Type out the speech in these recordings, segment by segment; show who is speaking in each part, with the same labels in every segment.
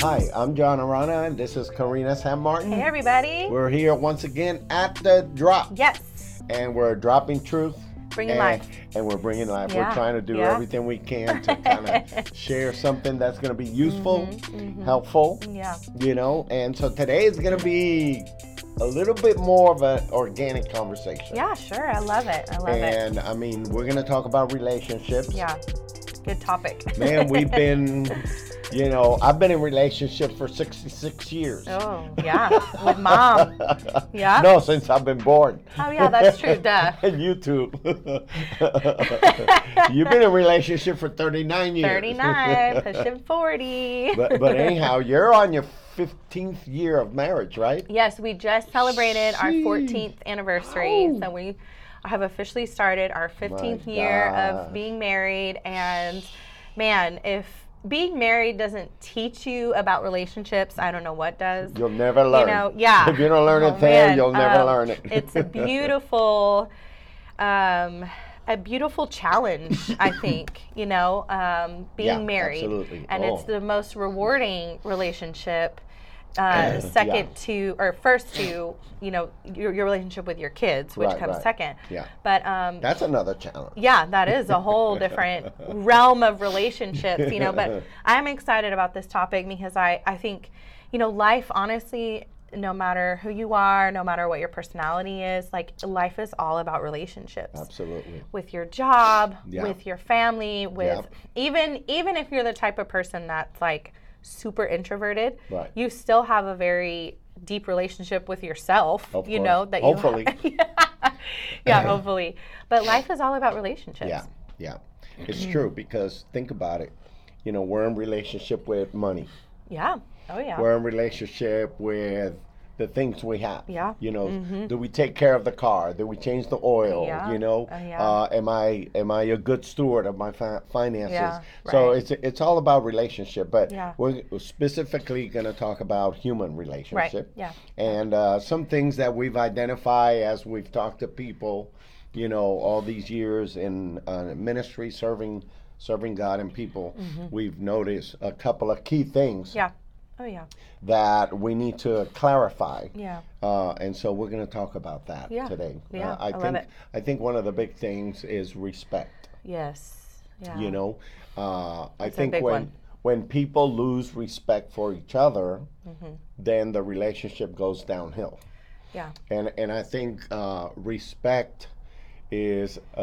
Speaker 1: Hi, I'm John Arana, and this is Karina San Martin.
Speaker 2: Hey, everybody.
Speaker 1: We're here once again at the drop,
Speaker 2: yes.
Speaker 1: and we're dropping truth.
Speaker 2: Bringing
Speaker 1: and,
Speaker 2: life.
Speaker 1: And we're bringing life. We're
Speaker 2: Yeah,
Speaker 1: trying to do
Speaker 2: yeah.
Speaker 1: everything we can to kind of share something that's going to be useful,
Speaker 2: Mm-hmm.
Speaker 1: helpful,
Speaker 2: Yeah.
Speaker 1: you know. And so today is going to be a little bit more of an organic conversation.
Speaker 2: Yeah, sure. I love it. I love it.
Speaker 1: And I mean, we're going to talk about relationships.
Speaker 2: Yeah. Good topic.
Speaker 1: Man, we've been, you know, I've been in relationships for 66 years.
Speaker 2: oh, yeah. With mom. Yeah.
Speaker 1: No, since I've been born.
Speaker 2: Oh, yeah, that's true. Duh.
Speaker 1: And YouTube. You've been in a relationship for 39 years.
Speaker 2: 39, pushing 40.
Speaker 1: but, but anyhow, you're on your 15th year of marriage, right?
Speaker 2: yes, we just celebrated our
Speaker 1: Sheesh.
Speaker 2: 14th anniversary.
Speaker 1: Oh.
Speaker 2: So we have officially started our 15th year
Speaker 1: gosh.
Speaker 2: of being married. And man, if being married doesn't teach you about relationships, I don't know what does.
Speaker 1: You'll never learn.
Speaker 2: You know, yeah.
Speaker 1: If you don't learn
Speaker 2: Oh,
Speaker 1: it there,
Speaker 2: man,
Speaker 1: you'll never
Speaker 2: um,
Speaker 1: learn it.
Speaker 2: it's a beautiful, um, a beautiful challenge, I think. You know, um, being
Speaker 1: Yeah,
Speaker 2: married,
Speaker 1: absolutely.
Speaker 2: and it's
Speaker 1: Oh.
Speaker 2: the most rewarding relationship. Uh, second to or first to you know your, your relationship with your kids which
Speaker 1: Right,
Speaker 2: comes
Speaker 1: right.
Speaker 2: second
Speaker 1: Yeah.
Speaker 2: but um
Speaker 1: That's another challenge.
Speaker 2: yeah, that is a whole different realm of relationships, you know. But I'm excited about this topic because I, I think, you know, life, honestly, no matter who you are, no matter what your personality is, like life is all about relationships
Speaker 1: Absolutely.
Speaker 2: with your job,
Speaker 1: Yeah.
Speaker 2: with your family, with
Speaker 1: Yep.
Speaker 2: even even if you're the type of person that's like super introverted,
Speaker 1: Right.
Speaker 2: you still have a very deep relationship with yourself.
Speaker 1: Of
Speaker 2: you
Speaker 1: course.
Speaker 2: know that
Speaker 1: Hopefully.
Speaker 2: you hopefully. yeah, hopefully. But life is all about relationships.
Speaker 1: Yeah, yeah. It's true because think about it. You know, we're in relationship with money.
Speaker 2: Yeah. Oh yeah.
Speaker 1: We're in relationship with the things we have.
Speaker 2: Yeah. Mm-hmm.
Speaker 1: You know, do we take care of the car? Do we change the oil?
Speaker 2: Yeah.
Speaker 1: You know,
Speaker 2: Oh, yeah.
Speaker 1: uh, am I am I a good steward of my fi- finances?
Speaker 2: Yeah,
Speaker 1: So
Speaker 2: right.
Speaker 1: it's it's all about relationship, but
Speaker 2: Yeah.
Speaker 1: we're specifically going to talk about human relationship.
Speaker 2: yeah.
Speaker 1: And uh, some things that we've identified as we've talked to people, you know, all these years in uh, ministry serving serving God and people,
Speaker 2: Mm-hmm.
Speaker 1: we've noticed a couple of key things
Speaker 2: yeah. Oh yeah.
Speaker 1: that we need to clarify.
Speaker 2: Yeah.
Speaker 1: Uh, and so we're going to talk about that
Speaker 2: Yeah.
Speaker 1: today.
Speaker 2: Yeah,
Speaker 1: Uh, I,
Speaker 2: I
Speaker 1: think
Speaker 2: love it.
Speaker 1: I think one of the big things is respect.
Speaker 2: Yes. Yeah.
Speaker 1: You know, uh, I
Speaker 2: a
Speaker 1: think
Speaker 2: big
Speaker 1: when
Speaker 2: one.
Speaker 1: when people lose respect for each other,
Speaker 2: Mm-hmm.
Speaker 1: then the relationship goes downhill.
Speaker 2: Yeah.
Speaker 1: And and I think uh, respect is uh,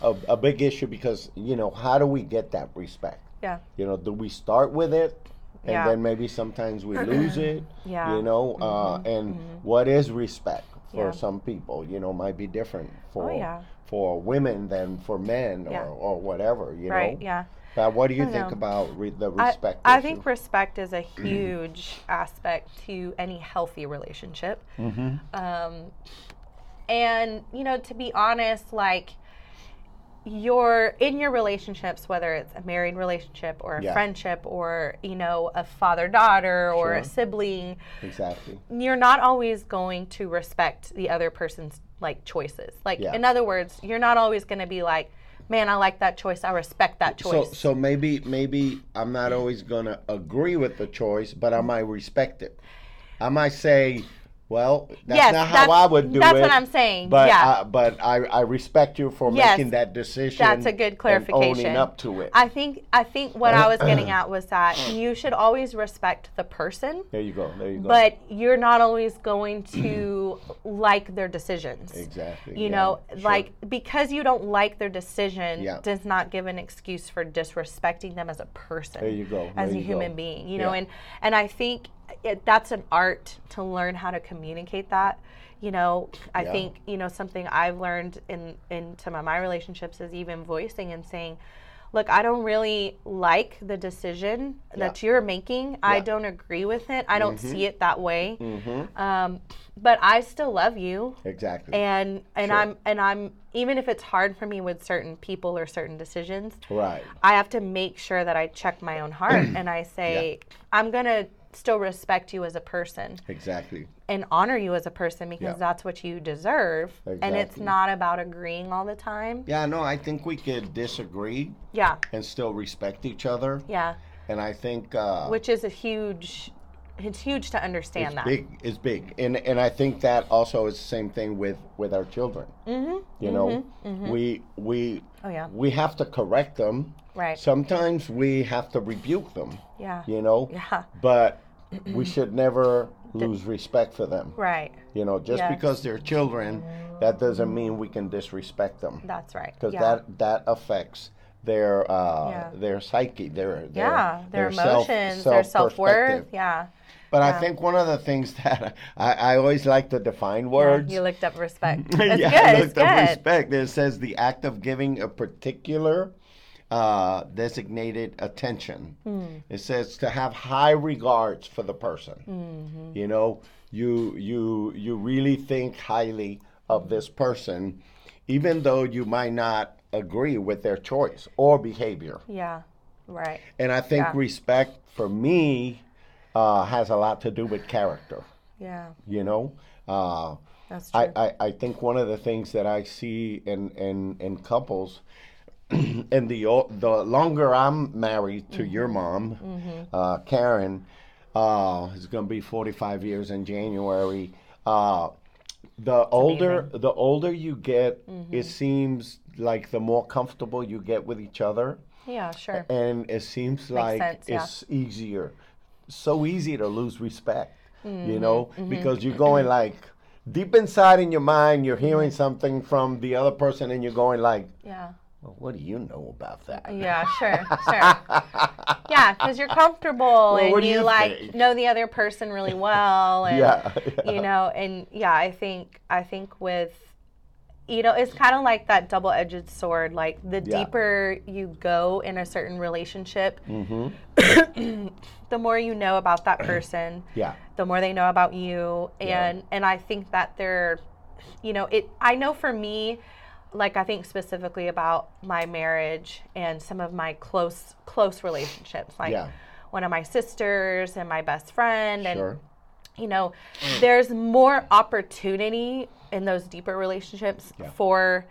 Speaker 1: a, a big issue because you know how do we get that respect?
Speaker 2: Yeah.
Speaker 1: you know do we start with it and
Speaker 2: Yeah.
Speaker 1: then maybe sometimes we lose it
Speaker 2: Yeah. Mm-hmm.
Speaker 1: you know uh, and what is respect for
Speaker 2: Yeah. Oh,
Speaker 1: some people you know might be different for
Speaker 2: yeah.
Speaker 1: for women than for men
Speaker 2: Yeah.
Speaker 1: or, or whatever you
Speaker 2: Right.
Speaker 1: know
Speaker 2: Yeah.
Speaker 1: but what do you
Speaker 2: I
Speaker 1: think
Speaker 2: know.
Speaker 1: about re- the
Speaker 2: I-
Speaker 1: respect
Speaker 2: I,
Speaker 1: issue?
Speaker 2: think respect is a huge aspect to any healthy relationship.
Speaker 1: Mm-hmm.
Speaker 2: Um, and you know, to be honest, like your in your relationships, whether it's a married relationship or a
Speaker 1: Yeah.
Speaker 2: friendship or you know a father daughter or
Speaker 1: Sure.
Speaker 2: a sibling,
Speaker 1: exactly
Speaker 2: you're not always going to respect the other person's like choices. Like
Speaker 1: Yeah.
Speaker 2: in other words, you're not always going to be like, "Man, I like that choice. I respect that
Speaker 1: so
Speaker 2: choice."
Speaker 1: so maybe maybe i'm not always gonna agree with the choice but i might respect it i might say well that's
Speaker 2: Yes,
Speaker 1: not how
Speaker 2: that's-
Speaker 1: i would do
Speaker 2: that's
Speaker 1: it
Speaker 2: what I'm saying,
Speaker 1: but
Speaker 2: yeah.
Speaker 1: I, but I, I respect you for
Speaker 2: Yes,
Speaker 1: making that decision
Speaker 2: that's a good clarification.
Speaker 1: and owning up to it
Speaker 2: I think I think what I was getting at was that you should always respect the person,
Speaker 1: there you go there you go
Speaker 2: but you're not always going to like their decisions.
Speaker 1: exactly
Speaker 2: You
Speaker 1: yeah,
Speaker 2: know,
Speaker 1: sure.
Speaker 2: like because you don't like their decision
Speaker 1: Yeah.
Speaker 2: does not give an excuse for disrespecting them as a person.
Speaker 1: There you go,
Speaker 2: As
Speaker 1: there
Speaker 2: a
Speaker 1: you
Speaker 2: human
Speaker 1: go.
Speaker 2: being, you know,
Speaker 1: Yeah.
Speaker 2: and and I think it, that's an art to learn how to communicate that. You know, I
Speaker 1: Yeah.
Speaker 2: think you know something I've learned in in some of my relationships is even voicing and saying. Look, I don't really like the decision that you're making. I
Speaker 1: Yeah. Mm-hmm.
Speaker 2: don't agree with it. I don't see it that way. Um, but I still love you
Speaker 1: exactly
Speaker 2: and and
Speaker 1: Sure.
Speaker 2: I'm and I'm even if it's hard for me with certain people or certain decisions,
Speaker 1: right
Speaker 2: I have to make sure that I check my own heart and I say I'm gonna still respect you as a person
Speaker 1: exactly
Speaker 2: and honor you as a person because
Speaker 1: Yeah.
Speaker 2: that's what you deserve. And it's
Speaker 1: Exactly.
Speaker 2: not about agreeing all the time.
Speaker 1: Yeah, no, I think we could disagree
Speaker 2: Yeah.
Speaker 1: and still respect each other.
Speaker 2: Yeah.
Speaker 1: And I think uh,
Speaker 2: Which is a huge, it's huge to understand
Speaker 1: it's
Speaker 2: that.
Speaker 1: big is big, and and I think that also is the same thing with with our children. Mm-hmm, you know, we we
Speaker 2: Oh, yeah.
Speaker 1: we have to correct them.
Speaker 2: Right.
Speaker 1: Sometimes we have to rebuke them.
Speaker 2: yeah.
Speaker 1: You know.
Speaker 2: Yeah.
Speaker 1: But we should never lose respect for them.
Speaker 2: Right.
Speaker 1: You know, just
Speaker 2: Yes.
Speaker 1: because they're children, that doesn't mean we can disrespect them.
Speaker 2: That's right.
Speaker 1: because
Speaker 2: yeah.
Speaker 1: that that affects their uh,
Speaker 2: Yeah.
Speaker 1: their psyche, their, their
Speaker 2: yeah. Their,
Speaker 1: self-
Speaker 2: emotions, their self worth.
Speaker 1: self-perspective.
Speaker 2: Yeah.
Speaker 1: But I think one of the things that I, I always like to define
Speaker 2: yeah.
Speaker 1: words.
Speaker 2: You looked up respect.
Speaker 1: Yeah,
Speaker 2: That's
Speaker 1: I
Speaker 2: good. It's
Speaker 1: looked up
Speaker 2: good.
Speaker 1: respect. It says the act of giving a particular uh, designated attention.
Speaker 2: Hmm.
Speaker 1: It says to have high regards for the person.
Speaker 2: Mm-hmm.
Speaker 1: You know, you you you really think highly of this person, even though you might not agree with their choice or behavior.
Speaker 2: Yeah. Right.
Speaker 1: And I think
Speaker 2: Yeah.
Speaker 1: respect for me uh, has a lot to do with character.
Speaker 2: Yeah.
Speaker 1: You know. Uh,
Speaker 2: That's true.
Speaker 1: I, I, I think one of the things that I see in in, in couples, and the o- the longer I'm married to your
Speaker 2: Mm-hmm.
Speaker 1: mom, uh, Karen, uh, it's gonna be 45 years in January. Uh, the older the older you get,
Speaker 2: Mm-hmm.
Speaker 1: it seems like the more comfortable you get with each other,
Speaker 2: yeah. Sure.
Speaker 1: and it seems like
Speaker 2: sense, yeah.
Speaker 1: it's easier, so easy to lose respect, you
Speaker 2: Mm-hmm,
Speaker 1: know, because you're going like deep inside in your mind, you're hearing
Speaker 2: Mm-hmm.
Speaker 1: something from the other person, and you're going like,
Speaker 2: Yeah.
Speaker 1: well, "What do you know about that?"
Speaker 2: Yeah, sure, sure. Yeah, because you're comfortable
Speaker 1: what
Speaker 2: and
Speaker 1: do
Speaker 2: you,
Speaker 1: you
Speaker 2: like
Speaker 1: think?
Speaker 2: know the other person really well, and
Speaker 1: Yeah,
Speaker 2: you know, and yeah, I think I think with you know, it's kind of like that double-edged sword. Like the
Speaker 1: Yeah.
Speaker 2: deeper you go in a certain relationship,
Speaker 1: Mm-hmm.
Speaker 2: the more you know about that person,
Speaker 1: Yeah,
Speaker 2: the more they know about you and and I think that they're you know it I know for me like I think specifically about my marriage and some of my close close relationships like
Speaker 1: Yeah.
Speaker 2: one of my sisters and my best friend and
Speaker 1: sure.
Speaker 2: you know there's more opportunity in those deeper relationships for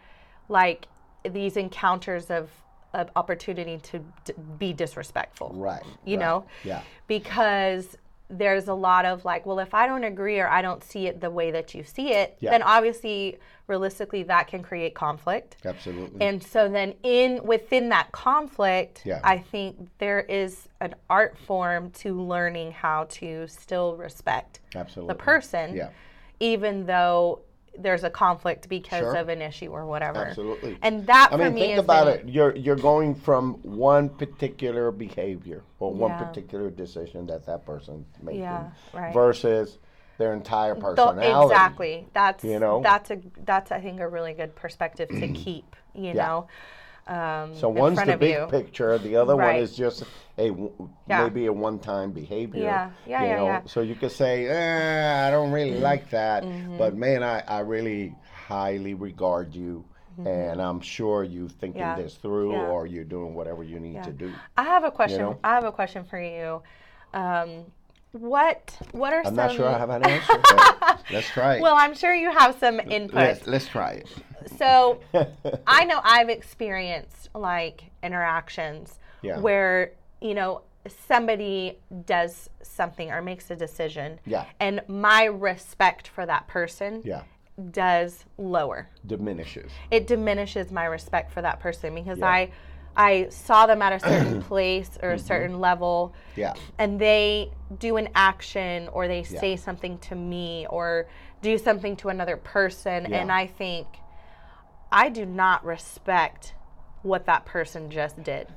Speaker 2: like these encounters of of opportunity to d- be disrespectful
Speaker 1: Right.
Speaker 2: you
Speaker 1: right.
Speaker 2: know
Speaker 1: Yeah.
Speaker 2: because there's a lot of like, well, if I don't agree or I don't see it the way that you see it,
Speaker 1: Yeah.
Speaker 2: then obviously, realistically, that can create conflict.
Speaker 1: Absolutely.
Speaker 2: And so then in within that conflict,
Speaker 1: Mm-hmm. Yeah.
Speaker 2: I think there is an art form to learning how to still respect
Speaker 1: Absolutely.
Speaker 2: the person,
Speaker 1: Yeah.
Speaker 2: even though there's a conflict because
Speaker 1: Sure.
Speaker 2: of an issue or whatever.
Speaker 1: Absolutely.
Speaker 2: And that
Speaker 1: I
Speaker 2: for
Speaker 1: mean,
Speaker 2: me
Speaker 1: think
Speaker 2: is
Speaker 1: about
Speaker 2: an-
Speaker 1: it. You're you're going from one particular behavior or one
Speaker 2: Yeah.
Speaker 1: particular decision that that person's making
Speaker 2: Yeah, right.
Speaker 1: versus their entire
Speaker 2: Th-
Speaker 1: personality.
Speaker 2: exactly. That's
Speaker 1: you know?
Speaker 2: That's a that's I think a really good perspective to keep. You know, um,
Speaker 1: So
Speaker 2: in
Speaker 1: one's
Speaker 2: front
Speaker 1: the
Speaker 2: of
Speaker 1: big
Speaker 2: you.
Speaker 1: picture, the other
Speaker 2: Right.
Speaker 1: one is just a w-
Speaker 2: Yeah.
Speaker 1: maybe a one-time behavior.
Speaker 2: Yeah. Yeah,
Speaker 1: you
Speaker 2: yeah,
Speaker 1: know?
Speaker 2: yeah. Mm-hmm.
Speaker 1: So you could say, eh, I don't really like that, but man, I, I really highly regard you, and I'm sure you thinking
Speaker 2: Mm-hmm. Yeah.
Speaker 1: this through,
Speaker 2: Yeah.
Speaker 1: or you're doing whatever you need to do.
Speaker 2: I have a question.
Speaker 1: know?
Speaker 2: I have a question for you. Um, what what are
Speaker 1: I'm
Speaker 2: some?
Speaker 1: not sure I have an answer. but let's try it.
Speaker 2: well, I'm sure you have some input.
Speaker 1: let's, let's try
Speaker 2: So
Speaker 1: it.
Speaker 2: I know I've experienced like interactions
Speaker 1: Yeah.
Speaker 2: where, you know, somebody does something or makes a decision.
Speaker 1: Yeah.
Speaker 2: And my respect for that person
Speaker 1: yeah,
Speaker 2: does lower.
Speaker 1: diminishes.
Speaker 2: It diminishes my respect for that person because
Speaker 1: Yeah. Mm-hmm.
Speaker 2: I I saw them at a certain place or a certain level
Speaker 1: Yeah,
Speaker 2: and they do an action or they say something to me or do something to another person
Speaker 1: Yeah.
Speaker 2: and i think i do not respect what that person just did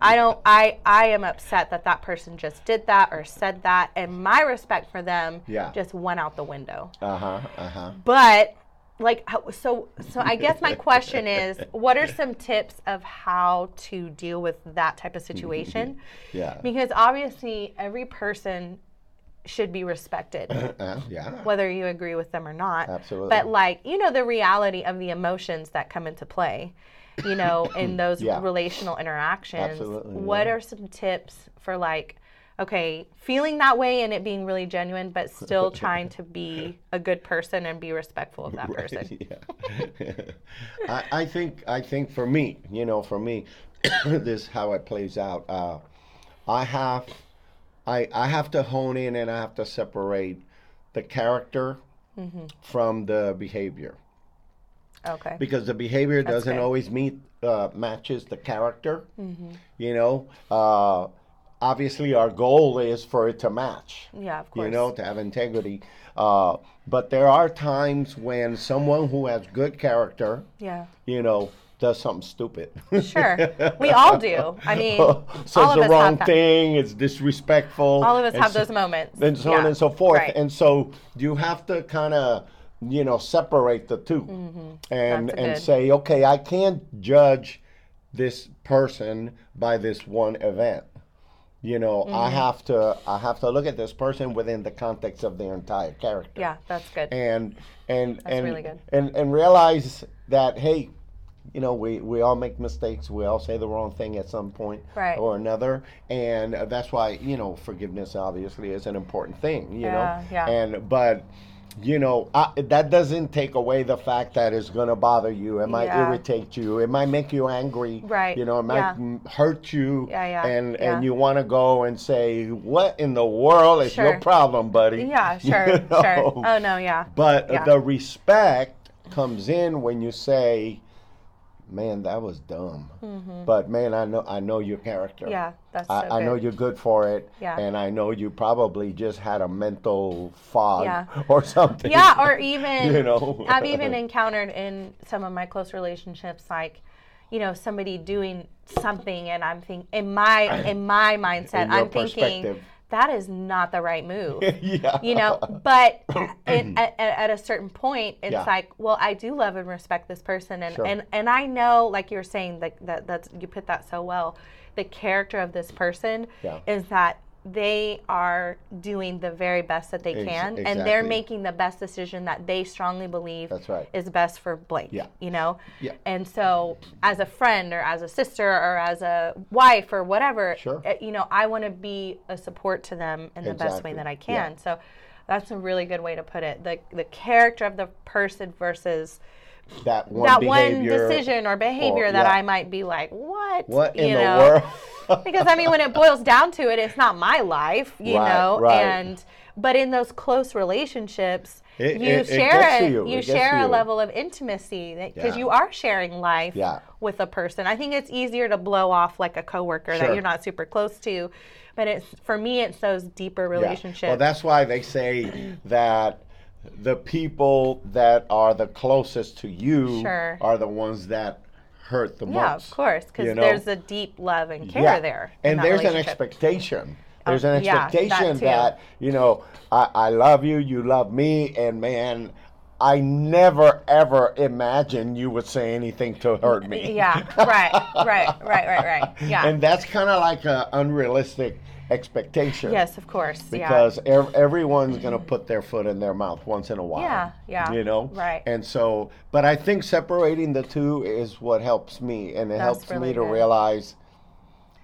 Speaker 2: i don't i i am upset that that person just did that or said that and my respect for them
Speaker 1: Yeah.
Speaker 2: just went out the window
Speaker 1: uh huh, uh huh.
Speaker 2: but like how- so so i guess my question is what are some tips of how to deal with that type of situation
Speaker 1: Yeah,
Speaker 2: because obviously, every person should be respected,
Speaker 1: uh, yeah.
Speaker 2: whether you agree with them or not.
Speaker 1: Absolutely.
Speaker 2: But, like, you know, the reality of the emotions that come into play, you know, in those
Speaker 1: Yeah.
Speaker 2: relational interactions.
Speaker 1: Absolutely,
Speaker 2: What
Speaker 1: yeah.
Speaker 2: are some tips for, like, okay, feeling that way and it being really genuine, but still trying to be a good person and be respectful of that person.
Speaker 1: yeah. I, I think I think for me, you know, for me, this is how it plays out. Uh, I have I I have to hone in and I have to separate the character
Speaker 2: Mm-hmm.
Speaker 1: from the behavior
Speaker 2: Okay.
Speaker 1: because the behavior doesn't
Speaker 2: good.
Speaker 1: always meet uh, matches the character.
Speaker 2: Mm-hmm.
Speaker 1: You know, uh, obviously our goal is for it to match.
Speaker 2: Yeah, of course.
Speaker 1: You know, to have integrity. Uh, but there are times when someone who has good character,
Speaker 2: Yeah.
Speaker 1: you know, does something stupid.
Speaker 2: Sure. we all do. I mean,
Speaker 1: Says
Speaker 2: all of
Speaker 1: the Oh,
Speaker 2: us
Speaker 1: wrong
Speaker 2: have that.
Speaker 1: thing. It's disrespectful.
Speaker 2: All of us
Speaker 1: and
Speaker 2: have
Speaker 1: so-
Speaker 2: those moments.
Speaker 1: and so on
Speaker 2: Yeah.
Speaker 1: and so forth.
Speaker 2: Right.
Speaker 1: And so you have to kind of, you know, separate the 2 and
Speaker 2: Mm-hmm. That's a
Speaker 1: and
Speaker 2: good-
Speaker 1: say, okay, I can't judge this person by this one event. You know, I
Speaker 2: Mm-hmm.
Speaker 1: have to I have to look at this person within the context of their entire character.
Speaker 2: yeah, that's good.
Speaker 1: And and and,
Speaker 2: really good.
Speaker 1: and and realize that hey, you know, we, we all make mistakes. We all say the wrong thing at some point
Speaker 2: Right.
Speaker 1: or another, and uh, that's why you know forgiveness obviously is an important thing. You
Speaker 2: Yeah,
Speaker 1: know,
Speaker 2: yeah.
Speaker 1: and but you know I, that doesn't take away the fact that it's going to bother you. It might
Speaker 2: Yeah.
Speaker 1: irritate you. It might make you angry.
Speaker 2: Right,
Speaker 1: You know, it might
Speaker 2: yeah.
Speaker 1: mm, hurt you.
Speaker 2: Yeah, yeah,
Speaker 1: And
Speaker 2: yeah.
Speaker 1: and you want to go and say, "What in the world is
Speaker 2: Sure.
Speaker 1: your problem, buddy?"
Speaker 2: yeah,
Speaker 1: You
Speaker 2: sure, sure.
Speaker 1: know?
Speaker 2: Oh no, yeah.
Speaker 1: But
Speaker 2: Yeah.
Speaker 1: the respect comes in when you say, "Man, that was dumb," but man, I know I know your character.
Speaker 2: Mm-hmm. yeah, that's so
Speaker 1: I, I
Speaker 2: good.
Speaker 1: know you're good for it,
Speaker 2: Yeah.
Speaker 1: and I know you probably just had a mental fog
Speaker 2: Yeah.
Speaker 1: or something.
Speaker 2: yeah, or even
Speaker 1: You know.
Speaker 2: I've even encountered in some of my close relationships like you know somebody doing something and I'm think in my in my mindset
Speaker 1: In your
Speaker 2: I'm thinking
Speaker 1: perspective.
Speaker 2: that is not the right move.
Speaker 1: yeah.
Speaker 2: you know but it, at, at a certain point it's
Speaker 1: Yeah.
Speaker 2: like well i do love and respect this person and,
Speaker 1: Sure.
Speaker 2: and and i know like you were saying like that that's you put that so well the character of this person
Speaker 1: Yeah.
Speaker 2: is that they are doing the very best that they
Speaker 1: Ex-
Speaker 2: can and they're
Speaker 1: exactly.
Speaker 2: making the best decision that they strongly believe
Speaker 1: That's right.
Speaker 2: is best for blake
Speaker 1: Yeah.
Speaker 2: you know
Speaker 1: Yeah.
Speaker 2: and so as a friend or as a sister or as a wife or whatever
Speaker 1: Sure.
Speaker 2: uh, you know i want to be a support to them in the best way
Speaker 1: Exactly.
Speaker 2: that i
Speaker 1: Yeah.
Speaker 2: can and so that's a really good way to put it. The the character of the person versus
Speaker 1: That one
Speaker 2: that one
Speaker 1: behavior,
Speaker 2: decision or behavior that
Speaker 1: yeah.
Speaker 2: I might be like, what?
Speaker 1: What in
Speaker 2: You
Speaker 1: the
Speaker 2: know?
Speaker 1: world?
Speaker 2: because I mean, when it boils down to it, it's not my life, you
Speaker 1: Right,
Speaker 2: know.
Speaker 1: right.
Speaker 2: And but in those close relationships,
Speaker 1: It-
Speaker 2: you
Speaker 1: it- it
Speaker 2: share
Speaker 1: gets
Speaker 2: a,
Speaker 1: to you. It gets
Speaker 2: share
Speaker 1: to
Speaker 2: a
Speaker 1: you.
Speaker 2: level of intimacy because
Speaker 1: Yeah.
Speaker 2: you are sharing life
Speaker 1: Yeah.
Speaker 2: with a person. I think it's easier to blow off like a coworker that
Speaker 1: Sure.
Speaker 2: you're not super close to, but it's for me, it's those deeper
Speaker 1: Yeah.
Speaker 2: relationships.
Speaker 1: Well, that's why they say that the people that are the closest to you
Speaker 2: Sure.
Speaker 1: are the ones that hurt the most.
Speaker 2: Yeah, of course, because
Speaker 1: you know?
Speaker 2: there's a deep love and care there. in
Speaker 1: And
Speaker 2: that
Speaker 1: there's an
Speaker 2: relationship. Oh,
Speaker 1: expectation. There's an
Speaker 2: yeah, that
Speaker 1: expectation
Speaker 2: too.
Speaker 1: that, you know, I, I love you, you love me, and man, I never ever imagined you would say anything to hurt me.
Speaker 2: Yeah, right, right, right, right, right. Yeah.
Speaker 1: And that's kind of like an unrealistic expectation.
Speaker 2: yes, of course.
Speaker 1: because ev- everyone's going to put their foot in their mouth once in a while.
Speaker 2: Yeah, yeah,
Speaker 1: You know?
Speaker 2: right.
Speaker 1: And so, but I think separating the two is what helps me, and it
Speaker 2: That's
Speaker 1: helps
Speaker 2: really
Speaker 1: me to
Speaker 2: good.
Speaker 1: realize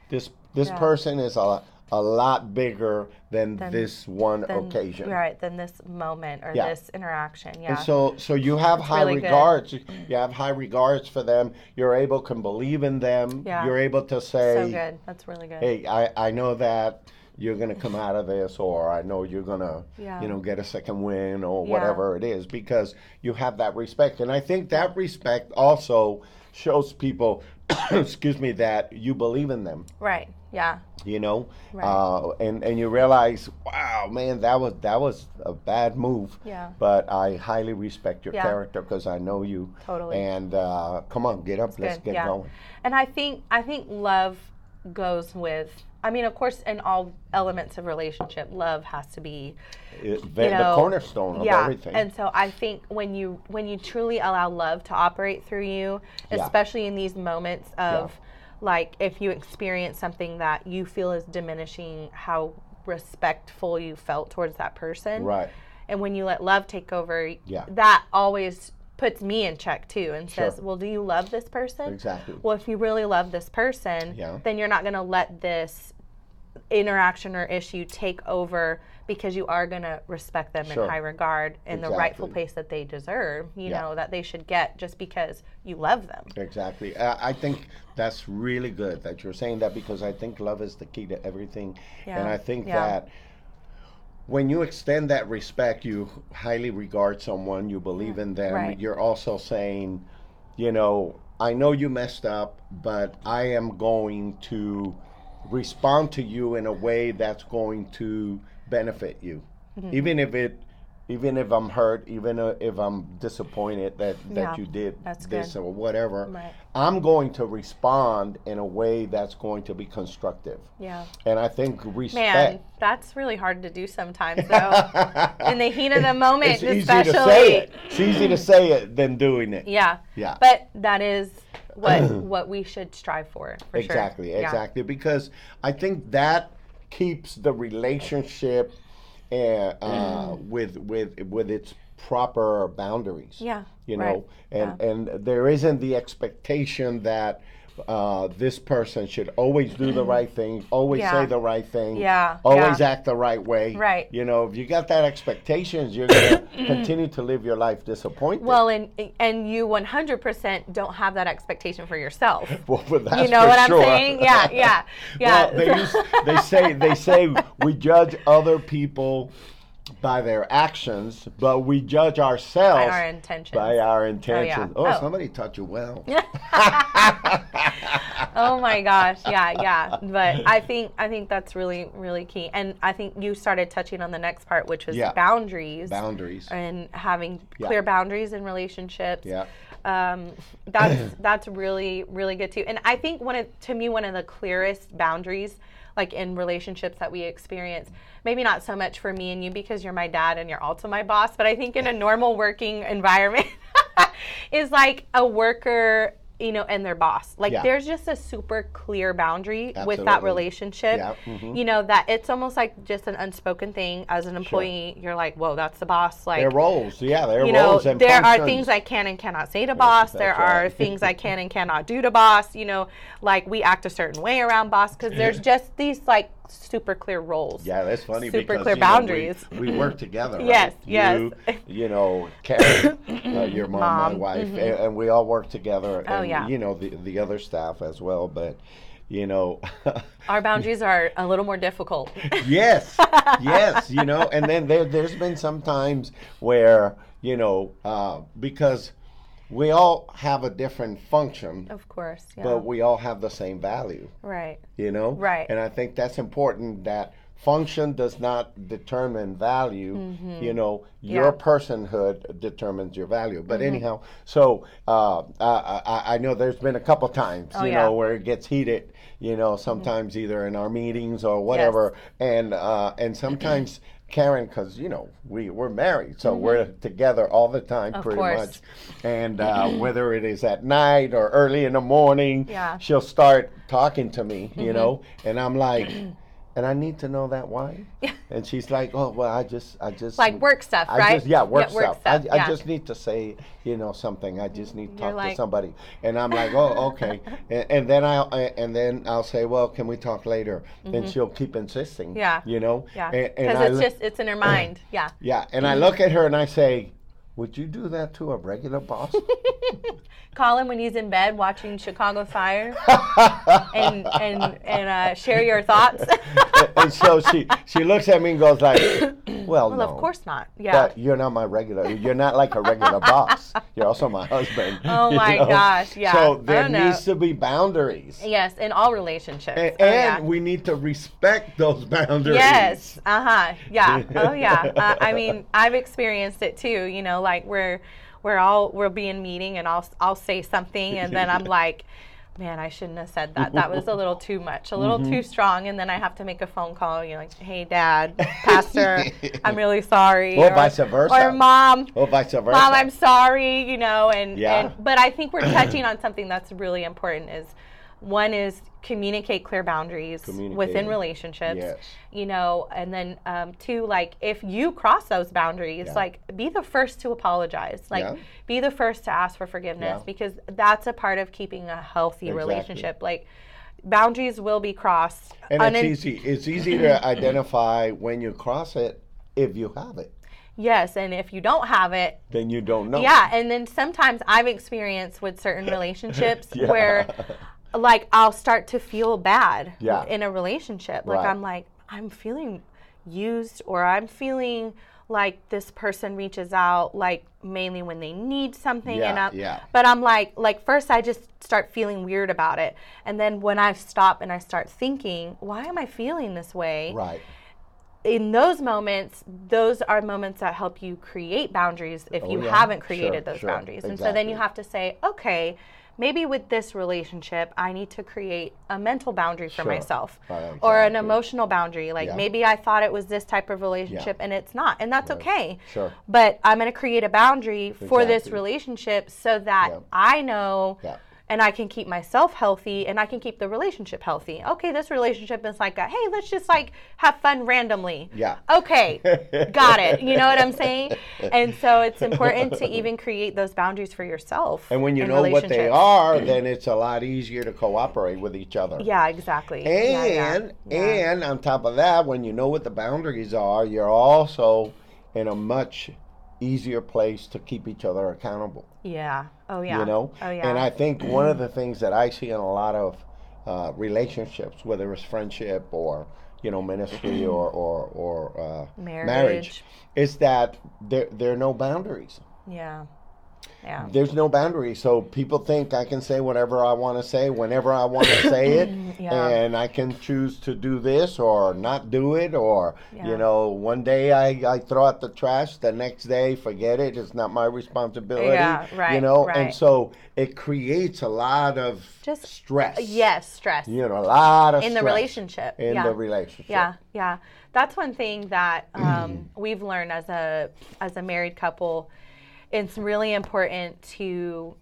Speaker 1: this this
Speaker 2: Yeah.
Speaker 1: person is a, a lot bigger than, this one
Speaker 2: yeah. Then-
Speaker 1: occasion.
Speaker 2: Right, then this moment or
Speaker 1: Yeah.
Speaker 2: this interaction. Yeah.
Speaker 1: And so, so you have high
Speaker 2: really good.
Speaker 1: regards. You have high regards for them. You're able can believe in them.
Speaker 2: Yeah.
Speaker 1: You're able to
Speaker 2: so
Speaker 1: say,
Speaker 2: good. That's really good.
Speaker 1: hey, I, I know that you're going to come out of this, or I know you're going to,
Speaker 2: Yeah.
Speaker 1: you know, get a second win, or
Speaker 2: Yeah.
Speaker 1: whatever it is, because you have that respect. And I think that respect also shows people, excuse me, that you believe in them,
Speaker 2: Right. Yeah.
Speaker 1: you know,
Speaker 2: Right.
Speaker 1: uh, and, and you realize, wow, man, that was, that was a bad move.
Speaker 2: Yeah.
Speaker 1: But I highly respect your
Speaker 2: Yeah.
Speaker 1: character because I know you.
Speaker 2: Totally.
Speaker 1: And uh, come on, get up, let's
Speaker 2: Good,
Speaker 1: get
Speaker 2: yeah.
Speaker 1: going.
Speaker 2: And I think I think love goes with I mean, of course, in all elements of relationship, love has to be
Speaker 1: It, the,
Speaker 2: You know,
Speaker 1: the cornerstone of everything.
Speaker 2: And so I think when you when you truly allow love to operate through you,
Speaker 1: Yeah.
Speaker 2: especially in these moments of like if you experience something that you feel is diminishing how respectful you felt towards that person.
Speaker 1: right.
Speaker 2: And when you let love take over,
Speaker 1: Yeah.
Speaker 2: that always puts me in check too and says,
Speaker 1: Sure.
Speaker 2: "Well, do you love this person?"
Speaker 1: Exactly.
Speaker 2: Well, if you really love this person,
Speaker 1: Yeah.
Speaker 2: then you're not going to let this interaction or issue take over because you are going to respect them
Speaker 1: Sure.
Speaker 2: in high regard and the rightful
Speaker 1: Exactly.
Speaker 2: place that they deserve, you
Speaker 1: Yeah.
Speaker 2: know, that they should get just because you love them.
Speaker 1: Exactly. I, I think that's really good that you're saying that because I think love is the key to everything.
Speaker 2: Yeah.
Speaker 1: And I think
Speaker 2: Yeah.
Speaker 1: that when you extend that respect, you highly regard someone, you believe in them.
Speaker 2: Right.
Speaker 1: You're also saying, you know, I know you messed up, but I am going to respond to you in a way that's going to benefit you.
Speaker 2: Mm-hmm.
Speaker 1: Even if it even if I'm hurt, even uh, if I'm disappointed that, that
Speaker 2: Yeah.
Speaker 1: you did
Speaker 2: That's
Speaker 1: this
Speaker 2: good.
Speaker 1: or whatever,
Speaker 2: Right.
Speaker 1: I'm going to respond in a way that's going to be constructive.
Speaker 2: Yeah.
Speaker 1: And I think
Speaker 2: Man,
Speaker 1: respect.
Speaker 2: that's really hard to do sometimes though. in the heat of the
Speaker 1: it's
Speaker 2: moment,
Speaker 1: easy
Speaker 2: especially.
Speaker 1: to say it. It's easy to say it than doing it.
Speaker 2: Yeah.
Speaker 1: Yeah.
Speaker 2: But that is what what we should strive for. for sure.
Speaker 1: exactly,
Speaker 2: Yeah.
Speaker 1: exactly. Because I think that keeps the relationship uh, uh, with with with its proper boundaries.
Speaker 2: Mm. Yeah,
Speaker 1: you
Speaker 2: right.
Speaker 1: know, and and there isn't the expectation that. Uh, this person should always do the right thing, always
Speaker 2: Yeah.
Speaker 1: say the right thing,
Speaker 2: Yeah,
Speaker 1: always
Speaker 2: yeah.
Speaker 1: act the right way.
Speaker 2: Right.
Speaker 1: You know, if you got that expectations, you're going to continue to live your life disappointed.
Speaker 2: Well, and and you 100% don't have that expectation for yourself.
Speaker 1: Well, but that's
Speaker 2: you know
Speaker 1: for
Speaker 2: what
Speaker 1: sure.
Speaker 2: I'm saying? Yeah, yeah, yeah.
Speaker 1: Well, they, use, they say they say we judge other people by their actions, but we judge ourselves
Speaker 2: By our intentions.
Speaker 1: by our intentions. Oh,
Speaker 2: Oh.
Speaker 1: somebody taught you well.
Speaker 2: oh my gosh, yeah, yeah. But I think I think that's really really key. And I think you started touching on the next part, which was
Speaker 1: Yeah.
Speaker 2: boundaries.
Speaker 1: Boundaries.
Speaker 2: and having clear boundaries in relationships.
Speaker 1: Yeah.
Speaker 2: Um, that's that's really really good too. And I think one of to me one of the clearest boundaries like in relationships that we experience, maybe not so much for me and you because you're my dad and you're also my boss, but I think in a normal working environment is like a worker, you know, and their boss. Like
Speaker 1: Yeah.
Speaker 2: there's just a super clear boundary with that
Speaker 1: Absolutely.
Speaker 2: relationship.
Speaker 1: Yeah, Mm-hmm.
Speaker 2: You know, that it's almost like just an unspoken thing as an employee, you're like, Whoa, that's the boss like
Speaker 1: Their roles, yeah, their
Speaker 2: you know,
Speaker 1: roles and
Speaker 2: there are
Speaker 1: functions.
Speaker 2: things I can and cannot say to boss. There
Speaker 1: that's
Speaker 2: are
Speaker 1: right.
Speaker 2: things I can and cannot do to boss. You know, like we act a certain way around boss because there's just these like super clear roles.
Speaker 1: Yeah, that's funny.
Speaker 2: Super
Speaker 1: because,
Speaker 2: clear
Speaker 1: you know, we-
Speaker 2: boundaries.
Speaker 1: we, work together. Right?
Speaker 2: Yes, yes.
Speaker 1: You, you know, Karen, uh, your mom, my
Speaker 2: Mom, mm-hmm.
Speaker 1: wife, a- and, we all work together.
Speaker 2: Oh,
Speaker 1: and,
Speaker 2: yeah.
Speaker 1: You know the the other staff as well, but you know,
Speaker 2: Our boundaries are a little more difficult.
Speaker 1: yes, yes, you know, and then there, there's been some times where, you know, uh, because we all have a different function,
Speaker 2: of course. Oh, Yeah.
Speaker 1: but we all have the same value,
Speaker 2: right.
Speaker 1: you know?
Speaker 2: Right.
Speaker 1: And I think that's important that function does not determine value, you know, your
Speaker 2: Mm-hmm. Yeah. Mm-hmm.
Speaker 1: personhood determines your value. But anyhow, so uh, I, I, I know there's been a couple times,
Speaker 2: Oh,
Speaker 1: you
Speaker 2: yeah. Mm-hmm.
Speaker 1: know, where it gets heated, you know, sometimes either in our meetings or whatever, and uh, and sometimes Karen, because you know we we're married, so we're together all the time, pretty
Speaker 2: Mm-hmm. course.
Speaker 1: much, and uh, whether it is at night or early in the morning,
Speaker 2: Yeah.
Speaker 1: she'll start talking to me,
Speaker 2: Mm-hmm.
Speaker 1: you know, and I'm like. And I need to know that why. And she's like, "Oh, well, I just, I just
Speaker 2: Like work stuff,
Speaker 1: I
Speaker 2: right?
Speaker 1: Just, yeah, work
Speaker 2: Yeah, work
Speaker 1: stuff. I,
Speaker 2: stuff,
Speaker 1: I
Speaker 2: yeah.
Speaker 1: just need to say, you know, something. I just need to
Speaker 2: You're
Speaker 1: talk to
Speaker 2: like-
Speaker 1: somebody. And I'm like, oh, okay. and, and then I'll I- and then I'll say, well, can we talk later? And she'll keep insisting.
Speaker 2: Mm-hmm. Yeah.
Speaker 1: You know.
Speaker 2: Yeah.
Speaker 1: And,
Speaker 2: Because
Speaker 1: and I
Speaker 2: it's
Speaker 1: look-
Speaker 2: just Mm-hmm. it's in her mind. Yeah.
Speaker 1: yeah. And I look at her and I say, would you do that to a regular boss?
Speaker 2: Call him when he's in bed watching Chicago Fire, and and and uh, share your thoughts.
Speaker 1: and, and so she she looks at me and goes like, well,
Speaker 2: well,
Speaker 1: no.
Speaker 2: of course not. Yeah.
Speaker 1: But you're not my regular. You're not like a regular boss. You're also my husband.
Speaker 2: Oh
Speaker 1: you
Speaker 2: my
Speaker 1: know?
Speaker 2: gosh, yeah. I
Speaker 1: So
Speaker 2: don't
Speaker 1: there
Speaker 2: know.
Speaker 1: needs to be boundaries.
Speaker 2: Yes, in all relationships.
Speaker 1: And,
Speaker 2: Oh, yeah.
Speaker 1: and we need to respect those boundaries.
Speaker 2: Yes. Uh huh. Yeah. Oh yeah. Uh, I mean, I've experienced it too. You know, like we're we're all we'll be in meeting and I'll I'll say something and then I'm like. Man, I shouldn't have said that. That was a little too much, a little
Speaker 1: Mm-hmm.
Speaker 2: too strong. And then I have to make a phone call. You're like, "Hey, Dad, Pastor, I'm really sorry."
Speaker 1: Or vice versa.
Speaker 2: Or Mom,
Speaker 1: Or vice versa.
Speaker 2: Mom, I'm sorry, you know, and,
Speaker 1: Yeah.
Speaker 2: and but I think we're touching on something that's really important is one is communicate clear boundaries within
Speaker 1: Communicate.
Speaker 2: relationships,
Speaker 1: Yes.
Speaker 2: you know, and then um, two, like if you cross those boundaries,
Speaker 1: Yeah.
Speaker 2: like be the first to apologize, like
Speaker 1: Yeah.
Speaker 2: be the first to ask for forgiveness
Speaker 1: Yeah.
Speaker 2: because that's a part of keeping a healthy
Speaker 1: Exactly.
Speaker 2: relationship. Like, boundaries will be crossed.
Speaker 1: And
Speaker 2: unin-
Speaker 1: it's easy. It's easy to identify when you cross it if you have it.
Speaker 2: Yes, and if you don't have it,
Speaker 1: Then you don't know.
Speaker 2: yeah. And then sometimes I've experienced with certain relationships
Speaker 1: Yeah.
Speaker 2: where, like, I'll start to feel bad
Speaker 1: Yeah.
Speaker 2: in a relationship. Like,
Speaker 1: Right.
Speaker 2: I'm like, I'm feeling used, or I'm feeling like this person reaches out, like, mainly when they need something. and
Speaker 1: Yeah,
Speaker 2: I'm,
Speaker 1: yeah.
Speaker 2: But I'm like, like, first I just start feeling weird about it. And then when I stop and I start thinking, why am I feeling this way?
Speaker 1: Right.
Speaker 2: in those moments, those are moments that help you create boundaries if you
Speaker 1: Oh, yeah.
Speaker 2: haven't created
Speaker 1: Sure,
Speaker 2: those
Speaker 1: sure,
Speaker 2: boundaries. And so then you
Speaker 1: exactly.
Speaker 2: have to say, okay, maybe with this relationship, I need to create a mental boundary for
Speaker 1: Sure.
Speaker 2: myself
Speaker 1: Right,
Speaker 2: or an
Speaker 1: exactly.
Speaker 2: emotional boundary. Like
Speaker 1: Yeah.
Speaker 2: maybe I thought it was this type of relationship and it's not, and that's okay.
Speaker 1: Sure.
Speaker 2: But I'm going to create a boundary for this
Speaker 1: Exactly.
Speaker 2: relationship so that
Speaker 1: Yeah.
Speaker 2: I know
Speaker 1: Yeah.
Speaker 2: and I can keep myself healthy and I can keep the relationship healthy. Okay, this relationship is like, a, hey, let's just like have fun randomly.
Speaker 1: Yeah.
Speaker 2: Okay, got it. You know what I'm saying? And so it's important to even create those boundaries for yourself.
Speaker 1: And when you
Speaker 2: in
Speaker 1: know what they
Speaker 2: relationships.
Speaker 1: are, then it's a lot easier to cooperate with each other.
Speaker 2: Yeah, exactly. Yeah, yeah.
Speaker 1: And and on top of that, when you know what the boundaries are, you're also in a much easier place to keep each other accountable.
Speaker 2: yeah. Oh yeah.
Speaker 1: You know?
Speaker 2: Oh yeah.
Speaker 1: And I think one of the things that I see in a lot of uh, relationships, whether it's friendship or you know ministry or or, or uh,
Speaker 2: Mm-hmm. Marriage.
Speaker 1: is that there there are no boundaries.
Speaker 2: yeah. Yeah.
Speaker 1: There's no boundary, so people think I can say whatever I want to say whenever I want to say it,
Speaker 2: Yeah.
Speaker 1: and I can choose to do this or not do it, or
Speaker 2: Yeah.
Speaker 1: you know, one day I, I throw out the trash, the next day forget it, it's not my responsibility.
Speaker 2: Yeah,
Speaker 1: You
Speaker 2: right,
Speaker 1: know,
Speaker 2: right.
Speaker 1: and so it creates a lot of
Speaker 2: Just-
Speaker 1: stress.
Speaker 2: Yes, stress.
Speaker 1: you know, a lot of
Speaker 2: in the
Speaker 1: stress
Speaker 2: relationship.
Speaker 1: in
Speaker 2: yeah.
Speaker 1: the relationship.
Speaker 2: Yeah, yeah. That's one thing that um, we've learned as a as a married couple. It's really important to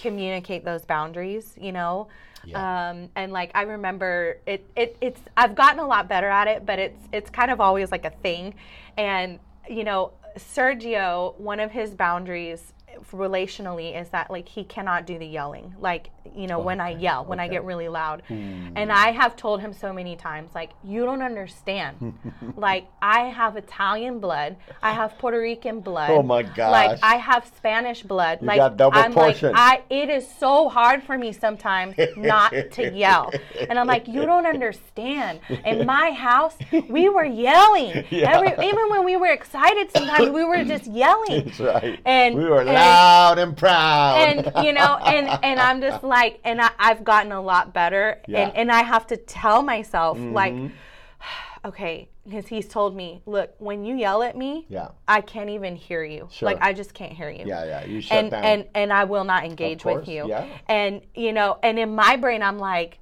Speaker 2: communicate those boundaries, you know.
Speaker 1: Yeah.
Speaker 2: Um, and like I remember it, it it's I've gotten a lot better at it, but it's it's kind of always like a thing. And you know, Sergio, one of his boundaries relationally is that like he cannot do the yelling. Like, you know, when I yell, when I get really loud.
Speaker 1: Hmm.
Speaker 2: And I have told him so many times, like, you don't understand. like, I have Italian blood. I have Puerto Rican blood.
Speaker 1: Oh, my gosh.
Speaker 2: Like, I have Spanish blood. like,
Speaker 1: got double
Speaker 2: I'm
Speaker 1: portion.
Speaker 2: like, I, it is so hard for me sometimes not to yell. And I'm like, you don't understand. In my house, we were yelling.
Speaker 1: Yeah.
Speaker 2: Every, even when we were excited, sometimes we were just yelling.
Speaker 1: That's right.
Speaker 2: And-
Speaker 1: we were
Speaker 2: and-
Speaker 1: loud and proud.
Speaker 2: and you know and and i'm just like and I, i've gotten a lot better
Speaker 1: Yeah. Mm-hmm.
Speaker 2: and and i have to tell myself like okay because he's told me look when you yell at me
Speaker 1: Yeah.
Speaker 2: i can't even hear you
Speaker 1: Sure.
Speaker 2: like i just can't hear you
Speaker 1: yeah, yeah, you shut
Speaker 2: and
Speaker 1: down.
Speaker 2: and and i will not engage with
Speaker 1: course,
Speaker 2: you
Speaker 1: yeah.
Speaker 2: and you know and in my brain i'm like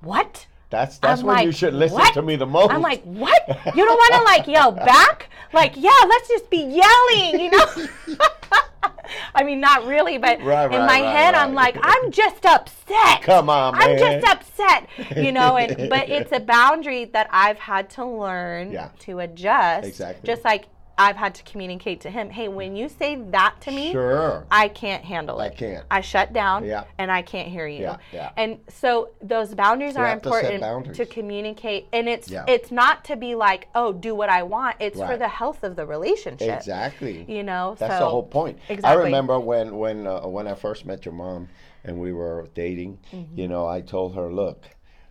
Speaker 2: what
Speaker 1: that's that's
Speaker 2: I'm
Speaker 1: when you
Speaker 2: like,
Speaker 1: should listen
Speaker 2: "What?"
Speaker 1: to me the most.
Speaker 2: I'm like, what? You don't want to like yell back? Like, yeah, let's just be yelling, you know? I mean, not really, but
Speaker 1: Right, right,
Speaker 2: in my
Speaker 1: right,
Speaker 2: head, I'm
Speaker 1: right.
Speaker 2: like, I'm just upset.
Speaker 1: Come on,
Speaker 2: I'm
Speaker 1: man.
Speaker 2: just upset, you know. And but it's a boundary that I've had to learn
Speaker 1: Yeah.
Speaker 2: to adjust.
Speaker 1: Exactly.
Speaker 2: Just like I've had to communicate to him, hey, when you say that to me,
Speaker 1: Sure.
Speaker 2: I can't handle
Speaker 1: I
Speaker 2: it.
Speaker 1: can't.
Speaker 2: I shut down
Speaker 1: Yeah.
Speaker 2: and I can't hear you.
Speaker 1: Yeah, yeah.
Speaker 2: And so those boundaries are
Speaker 1: have to set
Speaker 2: important
Speaker 1: boundaries.
Speaker 2: to communicate and it's
Speaker 1: Yeah.
Speaker 2: it's not to be like, "Oh, do what I want." It's for
Speaker 1: Right.
Speaker 2: the health of the relationship.
Speaker 1: Exactly.
Speaker 2: You know,
Speaker 1: That's
Speaker 2: so
Speaker 1: the whole point. I
Speaker 2: Exactly.
Speaker 1: remember when when uh, when I first met your mom and we were dating.
Speaker 2: Mm-hmm.
Speaker 1: You know, I told her, "Look,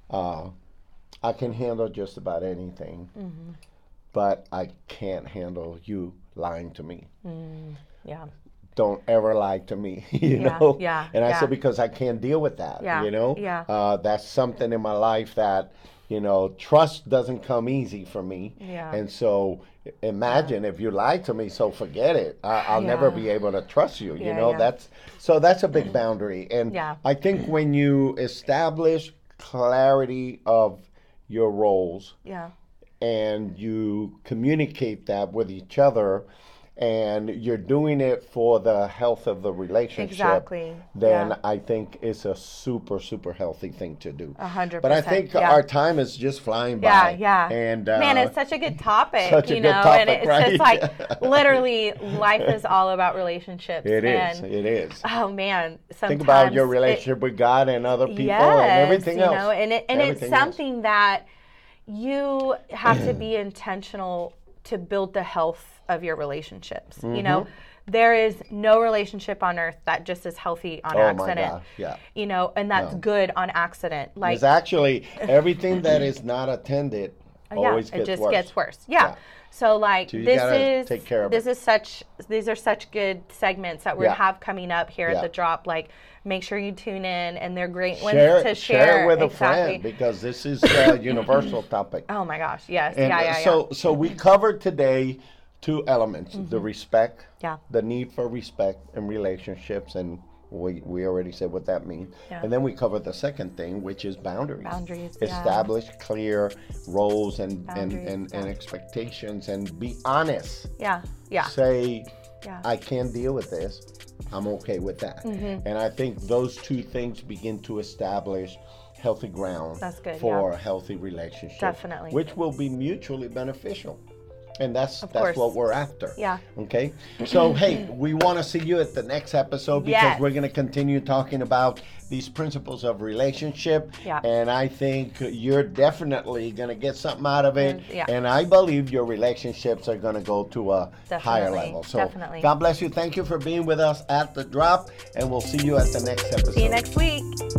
Speaker 1: uh, I can handle just about anything,
Speaker 2: Mm-hmm.
Speaker 1: but I can't handle you lying to me.
Speaker 2: Yeah.
Speaker 1: Don't ever lie to me, you
Speaker 2: Yeah,
Speaker 1: know."
Speaker 2: yeah,
Speaker 1: And I
Speaker 2: yeah.
Speaker 1: said because I can't deal with that.
Speaker 2: Yeah,
Speaker 1: You know.
Speaker 2: yeah.
Speaker 1: Uh, that's something in my life that. You know, trust doesn't come easy for me.
Speaker 2: Yeah.
Speaker 1: And so imagine if you lie to me, so forget it. I, I'll never
Speaker 2: Yeah.
Speaker 1: be able to trust you. You
Speaker 2: Yeah,
Speaker 1: know,
Speaker 2: yeah.
Speaker 1: that's so that's a big boundary. And
Speaker 2: Yeah.
Speaker 1: I think when you establish clarity of your roles
Speaker 2: Yeah.
Speaker 1: and you communicate that with each other, and you're doing it for the health of the relationship,
Speaker 2: Exactly.
Speaker 1: then
Speaker 2: Yeah.
Speaker 1: I think it's a super, super healthy thing to do.
Speaker 2: A hundred
Speaker 1: But I
Speaker 2: percent,
Speaker 1: think
Speaker 2: yeah.
Speaker 1: our time is just flying
Speaker 2: Yeah,
Speaker 1: by.
Speaker 2: yeah.
Speaker 1: And uh,
Speaker 2: Man, it's such a good topic,
Speaker 1: such a
Speaker 2: you
Speaker 1: good
Speaker 2: know,
Speaker 1: topic,
Speaker 2: and it's
Speaker 1: right?
Speaker 2: just like literally life is all about relationships.
Speaker 1: it is.
Speaker 2: and,
Speaker 1: It is.
Speaker 2: Oh man, sometimes
Speaker 1: Think about your
Speaker 2: it-
Speaker 1: relationship with God and other people
Speaker 2: yes,
Speaker 1: and everything
Speaker 2: you
Speaker 1: else.
Speaker 2: know, and it, and it's
Speaker 1: Everything else. Mm.
Speaker 2: something that you have to be intentional to build the health of your relationships.
Speaker 1: Mm-hmm.
Speaker 2: You know, there is no relationship on earth that just is healthy on
Speaker 1: Oh my
Speaker 2: accident.
Speaker 1: gosh, yeah.
Speaker 2: You know, and that's good on accident. Like
Speaker 1: It's actually everything that is not attended
Speaker 2: yeah,
Speaker 1: always
Speaker 2: it
Speaker 1: gets
Speaker 2: just
Speaker 1: worse.
Speaker 2: gets worse. Yeah.
Speaker 1: Yeah.
Speaker 2: So like
Speaker 1: you
Speaker 2: this
Speaker 1: gotta
Speaker 2: is
Speaker 1: take care of
Speaker 2: this is such these are such good segments that we
Speaker 1: Yeah.
Speaker 2: have coming up here
Speaker 1: Yeah.
Speaker 2: at the drop. Like make sure you tune in and they're great
Speaker 1: share,
Speaker 2: ones
Speaker 1: it-
Speaker 2: to
Speaker 1: share
Speaker 2: share.
Speaker 1: it with a
Speaker 2: exactly.
Speaker 1: friend because this is a universal topic.
Speaker 2: Oh my gosh, yes.
Speaker 1: And
Speaker 2: yeah,
Speaker 1: uh,
Speaker 2: yeah, yeah.
Speaker 1: so
Speaker 2: Mm-hmm.
Speaker 1: so we covered today two elements: the respect,
Speaker 2: Yeah.
Speaker 1: the need for respect in relationships, and we we already said what that means.
Speaker 2: Yeah.
Speaker 1: And then we covered the second thing, which is boundaries.
Speaker 2: Boundaries, yeah.
Speaker 1: Establish clear roles and and,
Speaker 2: Boundaries,
Speaker 1: and,
Speaker 2: yeah.
Speaker 1: and expectations, and be honest.
Speaker 2: yeah, yeah.
Speaker 1: Say,
Speaker 2: Yeah.
Speaker 1: I can deal with this. I'm okay with that.
Speaker 2: Mm-hmm.
Speaker 1: And I think those two things begin to establish healthy ground
Speaker 2: That's good,
Speaker 1: for a healthy relationship.
Speaker 2: Definitely.
Speaker 1: Which will be mutually beneficial. And that's that's
Speaker 2: course.
Speaker 1: what we're after.
Speaker 2: Yeah.
Speaker 1: Okay. So hey, we want to see you at the next episode because
Speaker 2: Yes.
Speaker 1: we're going to continue talking about these principles of relationship.
Speaker 2: Yeah.
Speaker 1: And I think you're definitely going to get something out of it.
Speaker 2: Yeah.
Speaker 1: And I believe your relationships are going to go to a higher
Speaker 2: Definitely,
Speaker 1: level. So
Speaker 2: definitely.
Speaker 1: God bless you. Thank you for being with us at the drop, and we'll see you at the next episode.
Speaker 2: See you next week.